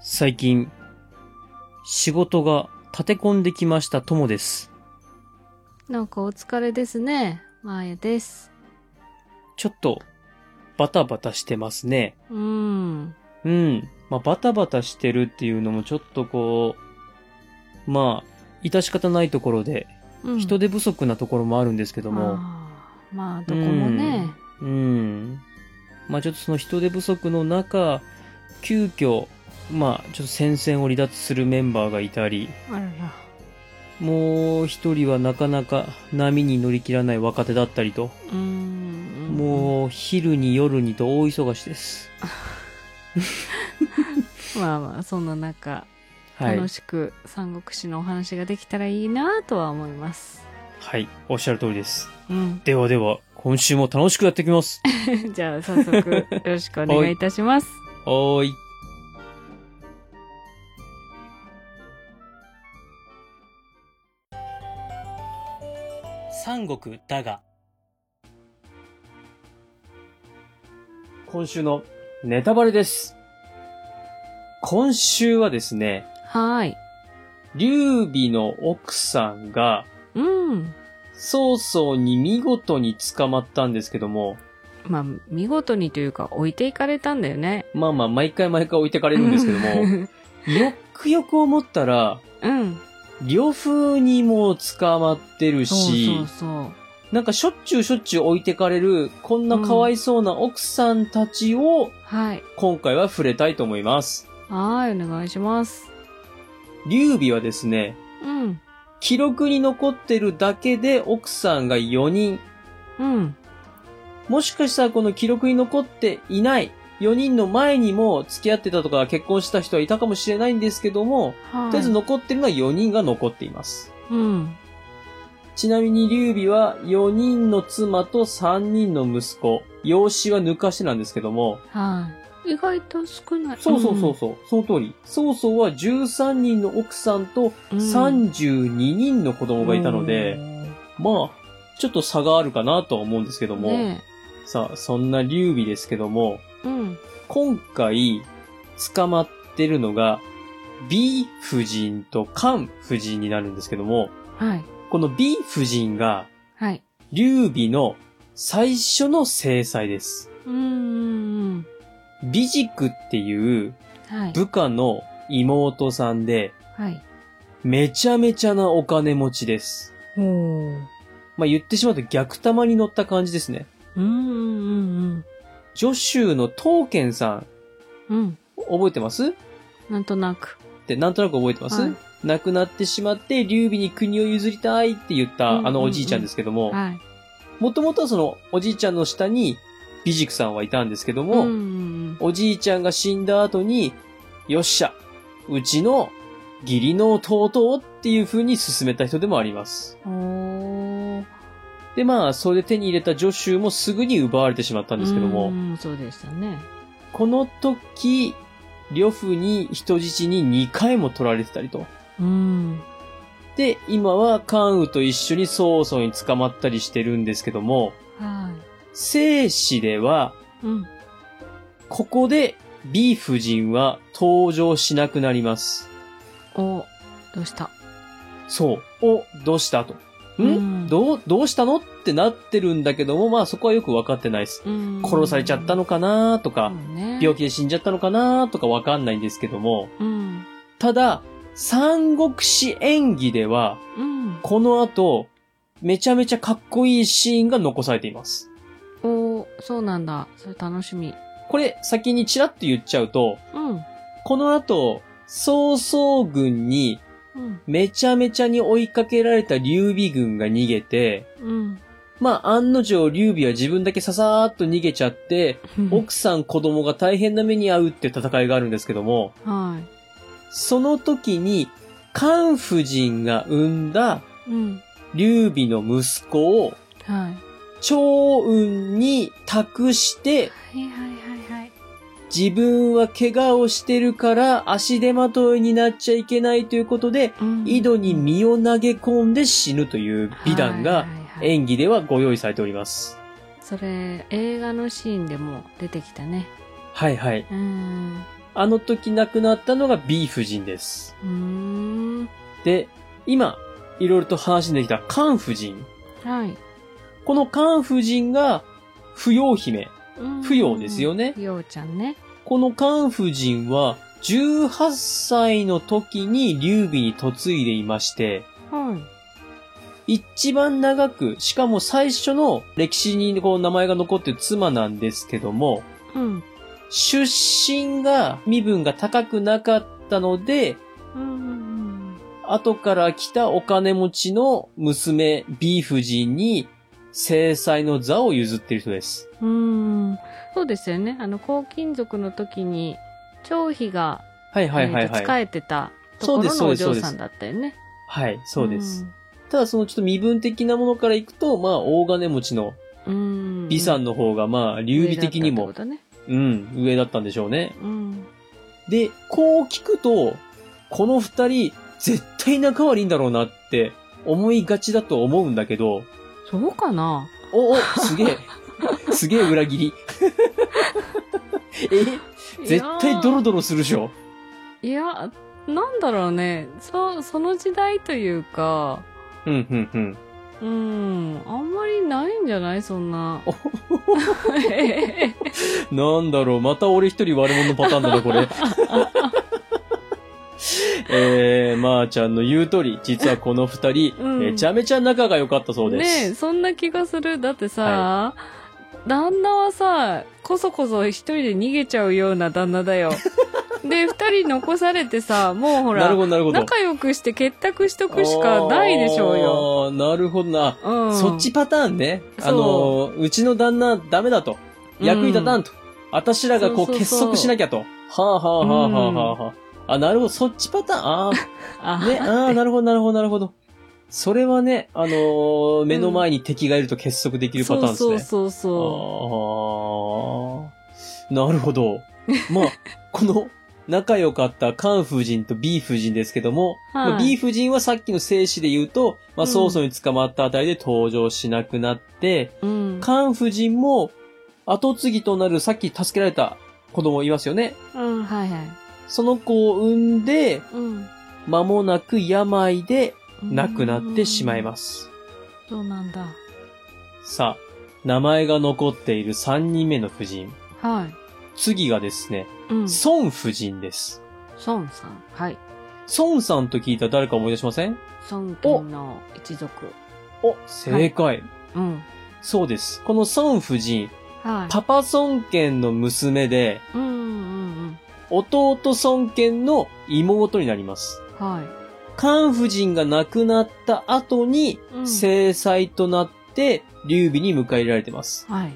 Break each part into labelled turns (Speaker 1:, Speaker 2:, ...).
Speaker 1: 最近、仕事が立て込んできましたともです。
Speaker 2: なんかお疲れですね。まーやです。
Speaker 1: ちょっと、バタバタしてますね。
Speaker 2: うーん。
Speaker 1: うん。まあ、バタバタしてるっていうのもちょっとこう、まあ、致し方ないところで、
Speaker 2: うん、
Speaker 1: 人手不足なところもあるんですけども、
Speaker 2: あーまあ、どこもね。
Speaker 1: うん。まあちょっとその人手不足の中、急遽、まあちょっと戦線を離脱するメンバーがいたり、
Speaker 2: あらら。
Speaker 1: もう一人はなかなか波に乗り切らない若手だったりと、
Speaker 2: うーん。
Speaker 1: もう昼に夜にと大忙しです。
Speaker 2: うん。まあまあ、そんな中、
Speaker 1: はい
Speaker 2: 楽。しく三国志のお話ができたらいいなとは思います。
Speaker 1: はい。おっしゃる通りです。
Speaker 2: うん。
Speaker 1: ではでは、今週も楽しくやっていきます。
Speaker 2: じゃあ、早速、よろしくお願いいたします。
Speaker 1: はーい。三国だが。今週のネタバレです。今週はですね、
Speaker 2: はーい。
Speaker 1: 劉備の奥さんが
Speaker 2: うん。
Speaker 1: 曹操に見事に捕まったんですけども、
Speaker 2: まあ、見事にというか、置いていかれたんだよね。
Speaker 1: まあまあ毎回毎回置いてかれるんですけども、 よくよく思ったら、
Speaker 2: うん。
Speaker 1: 呂布にも捕まってる
Speaker 2: そう
Speaker 1: し、
Speaker 2: そうそう。
Speaker 1: なんかしょっちゅうしょっちゅう置いてかれる、こんなかわいそうな奥さんたちを、
Speaker 2: はい。
Speaker 1: 今回は触れたいと思います。
Speaker 2: はーい、お願いします。
Speaker 1: 劉備はですね、
Speaker 2: うん。
Speaker 1: 記録に残ってるだけで奥さんが4人、
Speaker 2: うん。
Speaker 1: もしかしたらこの記録に残っていない4人の前にも付き合ってたとか結婚した人はいたかもしれないんですけども、
Speaker 2: はい、
Speaker 1: とりあえず残ってるのは4人が残っています。
Speaker 2: うん。
Speaker 1: ちなみに劉備は4人の妻と3人の息子。養子は抜かしてなんですけども。
Speaker 2: はい。意外と少ない。
Speaker 1: そうそうそうそう。その通り。曹操は13人の奥さんと
Speaker 2: うん。
Speaker 1: 32人の子供がいたので、まあ、ちょっと差があるかなとは思うんですけど
Speaker 2: うん、
Speaker 1: も。
Speaker 2: ね
Speaker 1: さあ、そんな劉備ですけども、
Speaker 2: えうん。
Speaker 1: 今回捕まってるのが、B 夫人と韓夫人になるんですけども、
Speaker 2: はい。
Speaker 1: この B 夫人が、
Speaker 2: はい。
Speaker 1: 劉備の最初の制裁です。
Speaker 2: うんうんうん。
Speaker 1: 美塾っていう
Speaker 2: はい。
Speaker 1: 部下の妹さんで、
Speaker 2: はい。
Speaker 1: めちゃめちゃなお金持ちです。
Speaker 2: ほう。
Speaker 1: まあ、言ってしまうと逆玉に乗った感じですね。
Speaker 2: うんうんうん
Speaker 1: 助手の刀剣さん、
Speaker 2: うん。うん。
Speaker 1: 覚えてますっ
Speaker 2: なんとなく。
Speaker 1: てなんとなく覚えてます、
Speaker 2: はい
Speaker 1: 亡くなってしまって、劉備に国を譲りたいって言っ
Speaker 2: うんうん
Speaker 1: た
Speaker 2: うん
Speaker 1: あのおじいちゃんですけども、
Speaker 2: はい。
Speaker 1: もともとはそのおじいちゃんの下に美塾さんはいたんですけど
Speaker 2: う
Speaker 1: も、
Speaker 2: んうん
Speaker 1: おじいちゃんが死んだ後に、よっしゃ、うちの義理の弟をっていう風に進めた人でもあります。
Speaker 2: うん。ほう。
Speaker 1: で、まあ、それで手に入れた助手もすぐに奪われてしまったんですけども、
Speaker 2: うん、そうでしたね。
Speaker 1: この時、呂布に人質に2回も取られてたりと。
Speaker 2: うん。
Speaker 1: で、今は関羽と一緒に曹操に捕まったりしてるんですけども、
Speaker 2: は
Speaker 1: 生死では、
Speaker 2: い。うん。
Speaker 1: ここで B 夫人は登場しなくなります。
Speaker 2: お、どうした
Speaker 1: そう。お、どうしたと。ん、
Speaker 2: うん
Speaker 1: どう、どうしたのってなってるんだけども、まあそこはよくわかってないです。
Speaker 2: うん。
Speaker 1: 殺されちゃったのかなとか、
Speaker 2: そうね。
Speaker 1: 病気で死んじゃったのかなとかわかんないんですけども、
Speaker 2: うん。
Speaker 1: ただ、三国志演技では、
Speaker 2: うん。
Speaker 1: この後、めちゃめちゃかっこいいシーンが残されています。
Speaker 2: おそうなんだ。それ楽しみ。
Speaker 1: これ、先にチラッと言っちゃうと、
Speaker 2: うん。
Speaker 1: この後、曹操軍に
Speaker 2: うん。
Speaker 1: めちゃめちゃに追いかけられた劉備軍が逃げて、
Speaker 2: うん。
Speaker 1: まあ、案の定、劉備は自分だけささーっと逃げちゃって、奥さん子供が大変な目に遭うっていう戦いがあるんですけども、
Speaker 2: は
Speaker 1: その時に、関夫人が産んだ
Speaker 2: い。うん。
Speaker 1: 劉備の息子を、
Speaker 2: はい。
Speaker 1: 長雲に託して、
Speaker 2: はいはいはいはい。
Speaker 1: 自分は怪我をしてるから足手まといになっちゃいけないということで、
Speaker 2: うん
Speaker 1: 井戸に身を投げ込んで死ぬという美談
Speaker 2: は
Speaker 1: が
Speaker 2: いはいはい
Speaker 1: 演技ではご用意されております。
Speaker 2: それ、映画のシーンでも出てきたね。
Speaker 1: はいはい。
Speaker 2: うーん。
Speaker 1: あの時亡くなったのが B 夫人です。
Speaker 2: うーん。
Speaker 1: で、今、いろいろと話にできたカン夫人。
Speaker 2: はい。
Speaker 1: このカン夫人が、不要姫。
Speaker 2: うん
Speaker 1: 不要ですよね
Speaker 2: 不要ちゃんね。
Speaker 1: このカン夫人は、18歳の時に劉備に嫁いでいまして、
Speaker 2: はい。
Speaker 1: 一番長く、しかも最初の歴史にこう名前が残ってる妻なんですけども、
Speaker 2: うん。
Speaker 1: 出身が身分が高くなかったので、
Speaker 2: うん。
Speaker 1: 後から来たお金持ちの娘 B 夫人に制裁の座を譲っている人です。
Speaker 2: うん。うんそうですよね。あの、黄金族の時に、張飛が、
Speaker 1: はいはいは
Speaker 2: え
Speaker 1: い
Speaker 2: ーと仕
Speaker 1: はい。
Speaker 2: えてたところの
Speaker 1: そう
Speaker 2: お
Speaker 1: ですそう
Speaker 2: 嬢
Speaker 1: です
Speaker 2: さんだったよね。
Speaker 1: はい、そうです。ただそのちょっと身分的なものからいくと、まあ大金持ちの
Speaker 2: うん。うん。
Speaker 1: B さんの方がまあ劉備的に
Speaker 2: 上だ
Speaker 1: も
Speaker 2: っ、たってこ
Speaker 1: うん、上だったんでしょうね。
Speaker 2: とねうん。
Speaker 1: で、こう聞くと、この二人絶対仲悪いんだろうなって思いがちだと思うんだけど、
Speaker 2: そうかな
Speaker 1: おお、 すげえ。すげえ裏切り。え絶対ドロドロするでしょ。
Speaker 2: いや、なんだろうね。そ、その時代というか、
Speaker 1: うん、うん、うん。
Speaker 2: うん、あんまりないんじゃないそ んな。
Speaker 1: なんだろう、また俺一人悪者パターンだな、こ れ。えー、まー、ちゃんの言う通り、実はこの二人、
Speaker 2: うん
Speaker 1: めちゃめちゃ仲が良かったそうで
Speaker 2: ねえ、
Speaker 1: す。
Speaker 2: そんな気がする。だってさ、旦那はさ、こそこそ一人で逃げちゃうような旦那 だよ。で、二人残されてさ、もうほ
Speaker 1: なる
Speaker 2: ら
Speaker 1: ほ、ど、なるほど。
Speaker 2: 仲良くして結託しとくしかないでしょうよ。
Speaker 1: あー。なるほどな。
Speaker 2: うん。
Speaker 1: そっちパターンね。あの
Speaker 2: そ
Speaker 1: ー、うちの旦那ダメだと。役に立たんと。私らがこう
Speaker 2: そうそう
Speaker 1: 結
Speaker 2: そう
Speaker 1: 束しなきゃと。はあはあはあはあはあはあ。あ、なるほど。そっちパターン。あ
Speaker 2: あ
Speaker 1: あ、ね。ああ、なるほど、なるほど、なるほど。それはね、あのー目の前に敵がいると結束できるパターンですね。
Speaker 2: そうそうそ
Speaker 1: ああ、なるほど。まあ、この仲良かったカン夫人と B 夫人ですけども、
Speaker 2: はい
Speaker 1: まあ、B 夫人はさっきの生死で言うと、まあ、
Speaker 2: うん
Speaker 1: 曹操に捕まったあたりで登場しなくなって、
Speaker 2: う。うん。
Speaker 1: カン夫人も後継ぎとなるさっき助けられた子供いますよね。
Speaker 2: うん、はいはい。
Speaker 1: その子を産んで、
Speaker 2: うん。。
Speaker 1: 間もなく病で亡くなってしまいますす。
Speaker 2: そうなんだ。
Speaker 1: さあ、名前が残っている3人目の夫人。
Speaker 2: は
Speaker 1: 次がですね、
Speaker 2: い。うん。
Speaker 1: 孫夫人です。
Speaker 2: 孫さん。はい。
Speaker 1: 孫さんと聞いたら誰か思い出しません
Speaker 2: 孫権の一族。
Speaker 1: お、正解、
Speaker 2: うん。
Speaker 1: そうです。この孫夫人、
Speaker 2: はい。
Speaker 1: パパ孫権の娘で、
Speaker 2: うんうん
Speaker 1: 弟孫権の妹になります。
Speaker 2: うん。は
Speaker 1: 関夫人が亡くなった後に、
Speaker 2: い。うん、
Speaker 1: 正妻となって、劉備に迎え入れられてます。
Speaker 2: はい。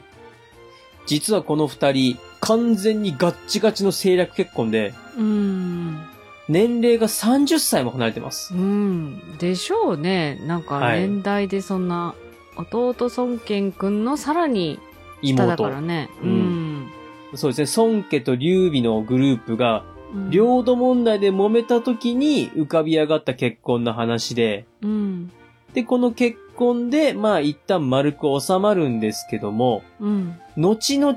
Speaker 1: 実はこの二人、完全にガッチガチの政略結婚で、
Speaker 2: うん。
Speaker 1: 年齢が30歳も離れてます
Speaker 2: う。ん。でしょうね。なんか
Speaker 1: はい
Speaker 2: 年代でそんな、弟孫権くんのさらに下だ
Speaker 1: 妹
Speaker 2: か。らね。
Speaker 1: う
Speaker 2: うんん。
Speaker 1: そうですね。孫家と劉備のグループが、
Speaker 2: うん
Speaker 1: 領土問題で揉めた時に浮かび上がった結婚の話で、
Speaker 2: うん。
Speaker 1: で、この結婚で、まあ一旦丸く収まるんですけども、
Speaker 2: うん。
Speaker 1: 後々、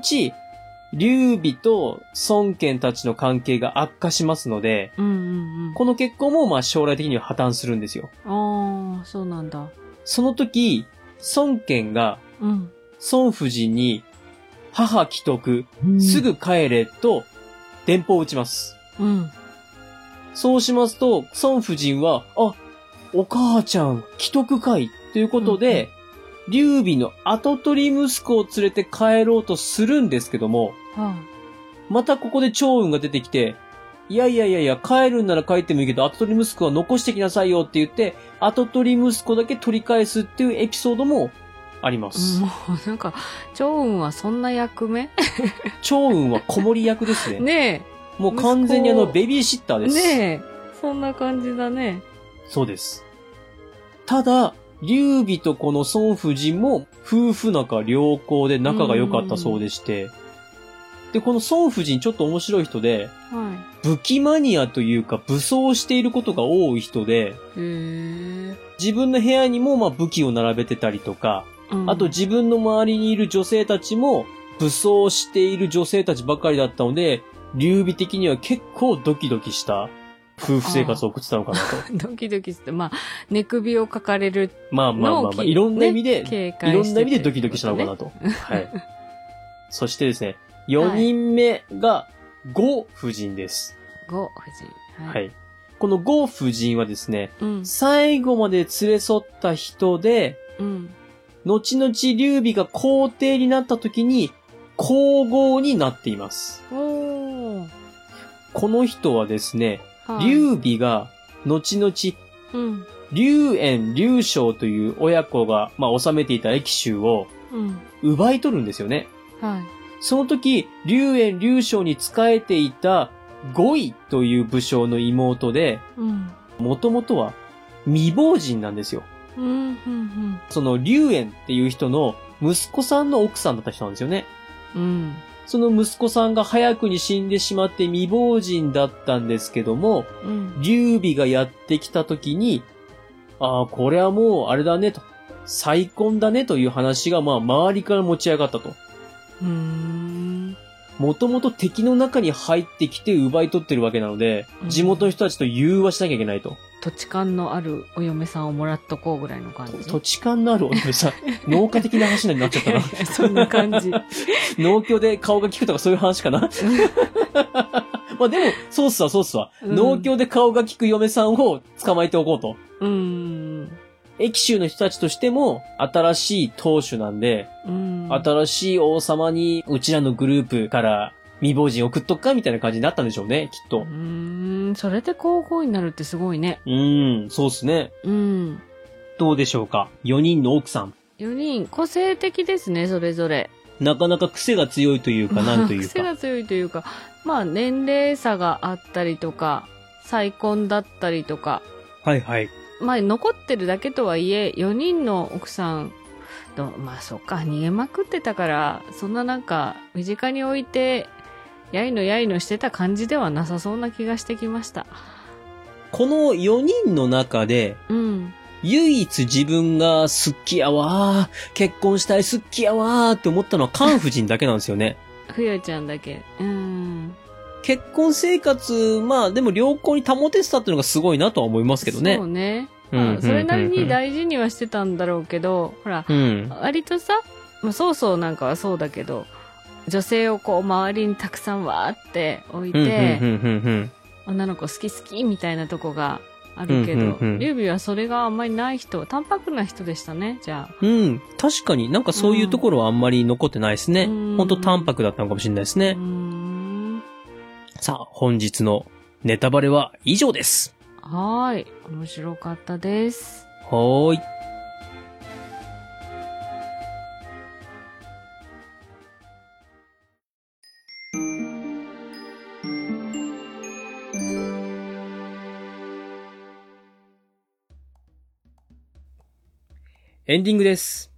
Speaker 1: 劉備と孫権たちの関係が悪化しますので、
Speaker 2: うんうんうん。
Speaker 1: この結婚もまあ将来的には破綻するんですよ。
Speaker 2: ああ、そうなんだ。
Speaker 1: その時、孫権が
Speaker 2: うん。
Speaker 1: 孫夫人に、母既得、す。ぐ帰れと、電報を打ちます。
Speaker 2: うん。
Speaker 1: そうしますと、孫夫人は、あ、お母ちゃん、既得かいということで、劉備の後取り息子を連れて帰ろうとするんですけども、
Speaker 2: は
Speaker 1: またここで趙雲が出てきて、いやいやいやいや、帰るんなら帰ってもいいけど、後取り息子は残してきなさいよって言って、後取り息子だけ取り返すっていうエピソードもありま
Speaker 2: い。
Speaker 1: す。
Speaker 2: もうなんか、趙雲はそんな役目
Speaker 1: 趙雲は子守役です ね。
Speaker 2: ね
Speaker 1: もう完全にあの、
Speaker 2: 息子
Speaker 1: ベビーシッター
Speaker 2: え。
Speaker 1: です。
Speaker 2: ねえ。そんな感じだね。
Speaker 1: そうです。ただ、劉備とこの孫夫人も夫婦仲良好で仲が良かったそうでして、で、この孫夫人ちょっと面白い人で、
Speaker 2: は
Speaker 1: 武器マニアというか武装をしていることが多い人で、
Speaker 2: い。へえ。
Speaker 1: 自分の部屋にもまあ武器を並べてたりとか、
Speaker 2: うん
Speaker 1: あと自分の周りにいる女性たちも武装している女性たちばかりだったので、劉備的には結構ドキドキした夫婦生活を送ってたのかな と。
Speaker 2: ドキドキして、まあ、寝首をかかれる
Speaker 1: まあまあまあま
Speaker 2: の
Speaker 1: あ、
Speaker 2: を
Speaker 1: いろんな意味で、
Speaker 2: 警戒
Speaker 1: いろんな意味で
Speaker 2: して
Speaker 1: ド
Speaker 2: て
Speaker 1: キドキしたのかな
Speaker 2: って
Speaker 1: と。はい。そしてですね、4人目が、呉夫人です。
Speaker 2: ことね。ご、夫人。。
Speaker 1: はいい。この呉夫人はですね、
Speaker 2: うん。
Speaker 1: 最後まで連れ添った人で、
Speaker 2: うん。
Speaker 1: 後々劉備が皇帝になった時に、皇后になっています。
Speaker 2: おー。
Speaker 1: この人はですね、
Speaker 2: はい
Speaker 1: 劉備が、後々、
Speaker 2: うん。
Speaker 1: 劉炎、劉章という親子が、まあ、治めていた駅州を
Speaker 2: うん。
Speaker 1: 奪い取るんですよね。
Speaker 2: はい。
Speaker 1: その時、劉炎劉将に仕えていた五位という武将の妹で、
Speaker 2: うん。
Speaker 1: もともとは未亡人なんですよ。
Speaker 2: うん、うん、
Speaker 1: その劉炎っていう人の息子さんの奥さんだった人なんですよね。
Speaker 2: うん。うん。
Speaker 1: その息子さんが早くに死んでしまって未亡人だったんですけども、
Speaker 2: うん。
Speaker 1: 劉備がやってきた時に、ああ、これはもうあれだねと、再婚だねという話がまあ周りから持ち上がったと。
Speaker 2: うーん。
Speaker 1: もともと敵の中に入ってきて奪い取ってるわけなので
Speaker 2: う、ん
Speaker 1: 地元の人たちと融和しなきゃいけないと。
Speaker 2: 土地勘のあるお嫁さんをもらっとこうぐらいの感じ。
Speaker 1: 土地勘のあるお嫁さん、農家的な話になっちゃったな。
Speaker 2: そんな感じ。
Speaker 1: 農協で顔が利くとかそういう話か な。まあでも、そうっすわ、そうっすわ。
Speaker 2: うん
Speaker 1: 農協で顔が利く嫁さんを捕まえておこうと。
Speaker 2: うん。
Speaker 1: 駅州の人たちとしても、新しい当主なんで、
Speaker 2: うん。
Speaker 1: 新しい王様に、うちらのグループから未亡人送っとくかみたいな感じになったんでしょうね、きっ
Speaker 2: う
Speaker 1: と。
Speaker 2: ーん。それで皇后になるってすごいね。
Speaker 1: うん、そうっすね。
Speaker 2: うん。
Speaker 1: どうでしょうか ?4 人の奥さん。
Speaker 2: 4人、個性的ですね、それぞれ。
Speaker 1: なかなか癖が強いというか、
Speaker 2: まあ
Speaker 1: なんと いう
Speaker 2: 癖
Speaker 1: か。
Speaker 2: が強いというか、まあ年齢差があったりとか、再婚だったりとか、
Speaker 1: はいはい。
Speaker 2: まあ残ってるだけとはいえ、4人の奥さんと、まあそっか、逃げまくってたから、そんななんか、身近に置いて、やいのやいのしてた感じではなさそうな気がしてきました。
Speaker 1: この4人の中で、
Speaker 2: うん。
Speaker 1: 唯一自分が好きやわー、結婚したい好きやわーって思ったのはカン夫人だけなんですよね。
Speaker 2: ふやちゃんだけ。うん。
Speaker 1: 結婚生活、まあでも良好に保ててたっていうのがすごいなとは思いますけどね
Speaker 2: そう。ね。
Speaker 1: うんうんうん
Speaker 2: ま
Speaker 1: う
Speaker 2: あ
Speaker 1: ん
Speaker 2: それなりに大事にはしてたんだろうけど、ほら、
Speaker 1: うん。
Speaker 2: 割とさ、まあ、そうそうなんかはそうだけど、女性をこう周りにたくさんわーって置い
Speaker 1: うんうん
Speaker 2: て、
Speaker 1: うんうんうん
Speaker 2: 女の子好き好きみたいなとこがあるけど、
Speaker 1: うんうんうん
Speaker 2: 劉備はそれがあんまりない人、淡白な人でしたね、じゃあ。
Speaker 1: うん。確かになんかそういうところはあんまり残ってないですね。
Speaker 2: うん
Speaker 1: ほんと淡白だったのかもしれないです
Speaker 2: うー
Speaker 1: ね。
Speaker 2: ん。
Speaker 1: さあ、本日のネタバレは以上です。
Speaker 2: はーい。面白かったです。
Speaker 1: はーい。エンディングです。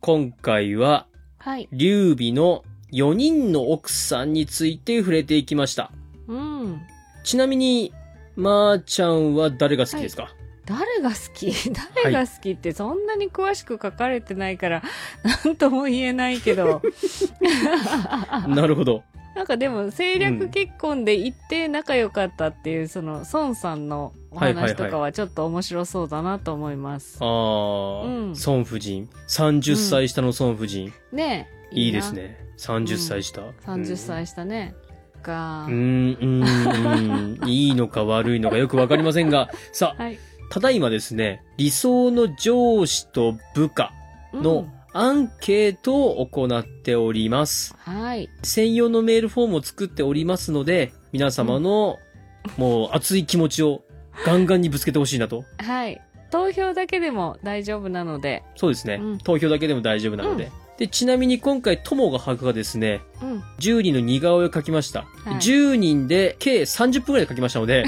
Speaker 1: 今回は、
Speaker 2: はい。
Speaker 1: 劉備の4人の奥さんについて触れていきました。
Speaker 2: うん。
Speaker 1: ちなみに、まー、ちゃんは誰が好きですか、
Speaker 2: 誰が好 き誰が好きってそんなに詳しく書かれてないから、 なんとも言えないけ ど。
Speaker 1: なるほど。
Speaker 2: なんかでも政略結婚で行って仲良かったっていう、その孫さんのお話とかはちょっと面白そうだなと思います。
Speaker 1: ああ、
Speaker 2: うん
Speaker 1: 孫夫人。30歳下の孫夫人。
Speaker 2: ねえ
Speaker 1: いいです。
Speaker 2: な
Speaker 1: ね。30歳下。
Speaker 2: 30歳したね。が、
Speaker 1: うん。うーん、うーん、いいのか悪いのかよくわかりませんが、 さあ、
Speaker 2: はい。
Speaker 1: ただいまですね、理想の上司と部下
Speaker 2: うん
Speaker 1: のアンケートを行っております。
Speaker 2: はい。
Speaker 1: 専用のメールフォームを作っておりますので、皆様の、もう熱い気持ちをガンガンにぶつけてほしいなと。
Speaker 2: はい。投票だけでも大丈夫なので。
Speaker 1: そうですね。
Speaker 2: うん
Speaker 1: 投票だけでも大丈夫なので。
Speaker 2: うん
Speaker 1: で、ちなみに今回、友が博がですね、
Speaker 2: うん。
Speaker 1: 10人の似顔絵を描きました。
Speaker 2: はい
Speaker 1: 10人で計30分くらいで描きましたの で、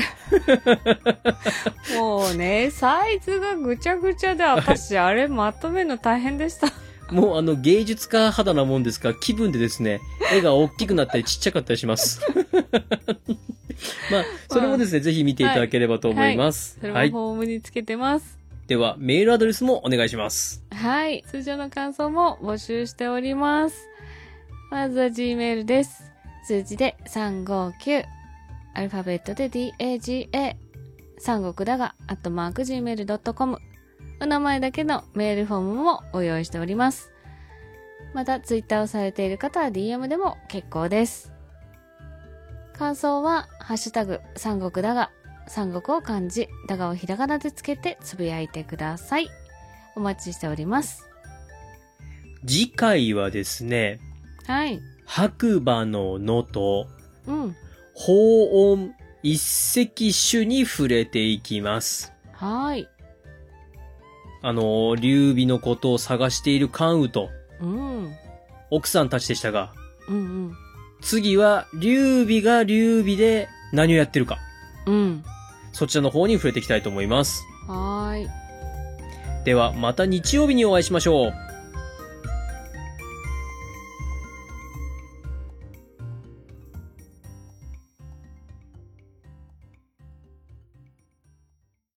Speaker 2: もうね、サイズがぐちゃぐちゃで、私、あれまとめるの大変でした。
Speaker 1: もうあの芸術家肌なもんですから気分でですね、絵が大きくなっ たりちっちゃかったりします。 まあ、それもですね、ぜひ見ていただければと思います。
Speaker 2: そ
Speaker 1: は
Speaker 2: れ
Speaker 1: い。
Speaker 2: もホームにつけてます。
Speaker 1: では、メールアドレスもお願いします。
Speaker 2: はい。通常の感想も募集しております。まずは Gmail です。数字で359アルファベットで DAGA 三国だがアットマーク Gmail.com お名前だけのメールフォームもご用意しておりますまたツイッターをされている方は DM でも結構です感想は「ハッシュタグ三国だが」三国を漢字だがをひらがなでつけてつぶやいてくださいお待ちしております
Speaker 1: 次回はですね、
Speaker 2: はい
Speaker 1: 白馬の野と、
Speaker 2: うん
Speaker 1: 法音一石種に触れていきます。
Speaker 2: はい
Speaker 1: あの、劉備のことを探している関羽と
Speaker 2: うん
Speaker 1: 奥さんたちでしたが、
Speaker 2: うん
Speaker 1: 次は劉備が劉備で何をやってるか、
Speaker 2: うんうん
Speaker 1: そちらの方に触れていきたいと思います。
Speaker 2: はーい
Speaker 1: ではまた日曜日にお会いしましょう。